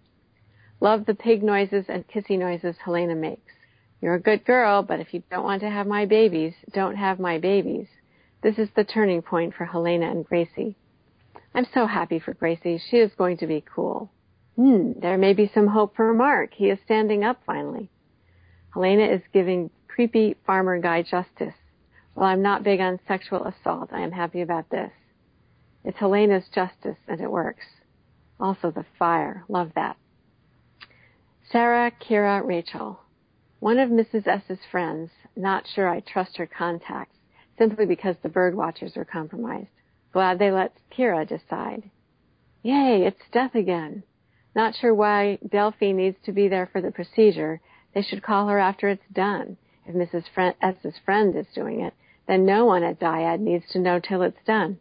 Love the pig noises and kissy noises Helena makes. You're a good girl, but if you don't want to have my babies, don't have my babies. This is the turning point for Helena and Gracie. I'm so happy for Gracie. She is going to be cool. Hmm, there may be some hope for Mark. He is standing up finally. Helena is giving creepy farmer guy justice. While I'm not big on sexual assault, I am happy about this. It's Helena's justice, and it works. Also, the fire. Love that. Sarah, Kira, Rachel. One of Mrs. S.'s friends, not sure I trust her contacts, simply because the bird watchers were compromised. Glad they let Kira decide. Yay, it's death again. Not sure why Delphi needs to be there for the procedure. They should call her after it's done. If Mrs. Fren- S.'s friend is doing it, then no one at Dyad needs to know till it's done.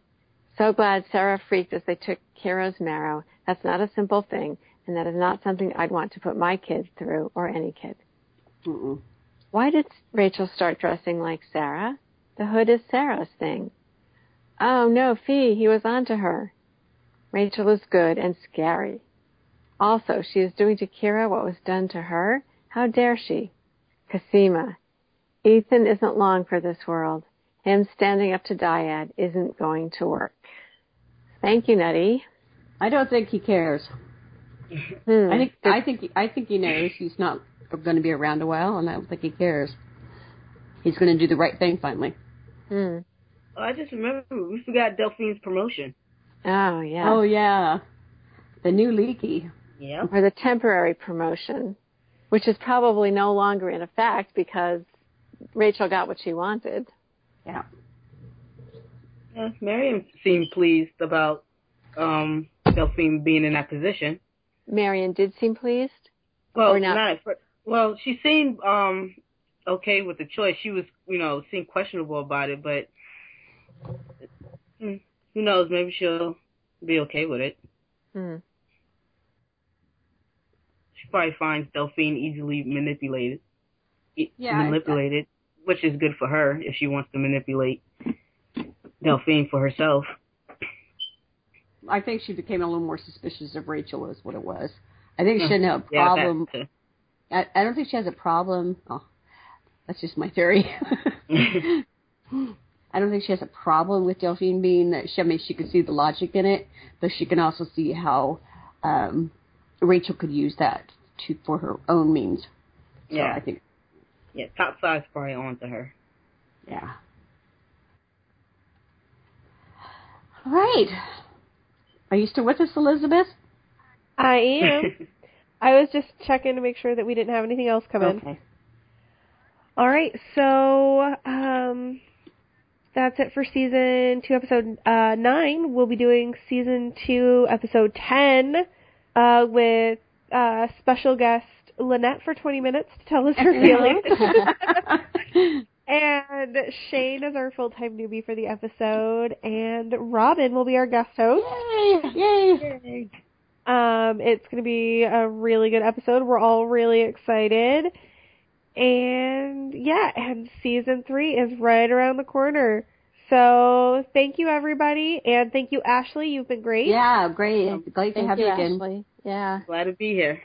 So glad Sarah freaked as they took Kira's marrow. That's not a simple thing, and that is not something I'd want to put my kid through or any kid. Mm-mm. Why did Rachel start dressing like Sarah? The hood is Sarah's thing. Oh no, Fee, he was onto her. Rachel is good and scary. Also, she is doing to Kira what was done to her. How dare she? Cosima. Ethan isn't long for this world. Him standing up to Dyad isn't going to work. Thank you, Nutty. I don't think he cares. Hmm. I think I think I think he knows he's not going to be around a while, and I don't think he cares. He's going to do the right thing finally. Hmm. I just remember we forgot Delphine's promotion. Oh, yeah. Oh yeah, the new leaky. Yeah. or the temporary promotion, which is probably no longer in effect because Rachel got what she wanted. Yeah. yeah. Miriam seemed pleased about um Delphine being in that position. Marion did seem pleased. Well, Or not. at fir- well, she seemed um okay with the choice. She was, you know, seemed questionable about it, but hmm, who knows? Maybe she'll be okay with it. Hmm. She probably finds Delphine easily manipulated. e- Yeah, I- manipulated, which is good for her if she wants to manipulate Delphine for herself. I think she became a little more suspicious of Rachel, is what it was. I think she didn't have a Yeah, that problem. too. I, I don't think she has a problem. Oh, that's just my theory. I don't think she has a problem with Delphine being that. She, I mean, she could see the logic in it, but she can also see how um, Rachel could use that to for her own means. So Yeah. I think yeah, top side's probably on to her. yeah. All right. Are you still with us, Elizabeth? I (laughs) am. I was just checking to make sure that we didn't have anything else come in. Okay. All right, so um, that's it for season two, episode uh, nine. We'll be doing season two, episode ten, uh, with uh, special guest Lynette for twenty minutes to tell us her (laughs) (laughs) feelings, and Shane is our full time newbie for the episode, and Robin will be our guest host. Yay! Um, it's going to be a really good episode. We're all really excited. And yeah, and season three is right around the corner. So thank you, everybody. And thank you, Ashley. You've been great. Yeah, great. Glad to Thank have you, you again. Ashley. Yeah. Glad to be here.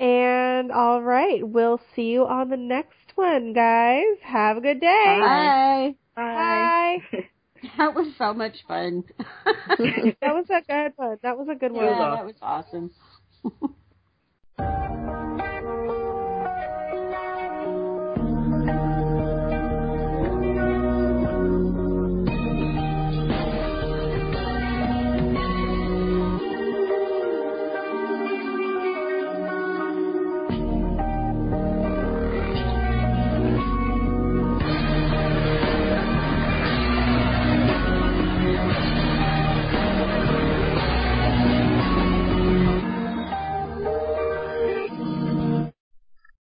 And all right, we'll see you on the next one, guys. Have a good day. Bye. Bye. (laughs) (laughs) That was so much fun. (laughs) That was a good one. That was a good one. yeah, that was awesome. (laughs)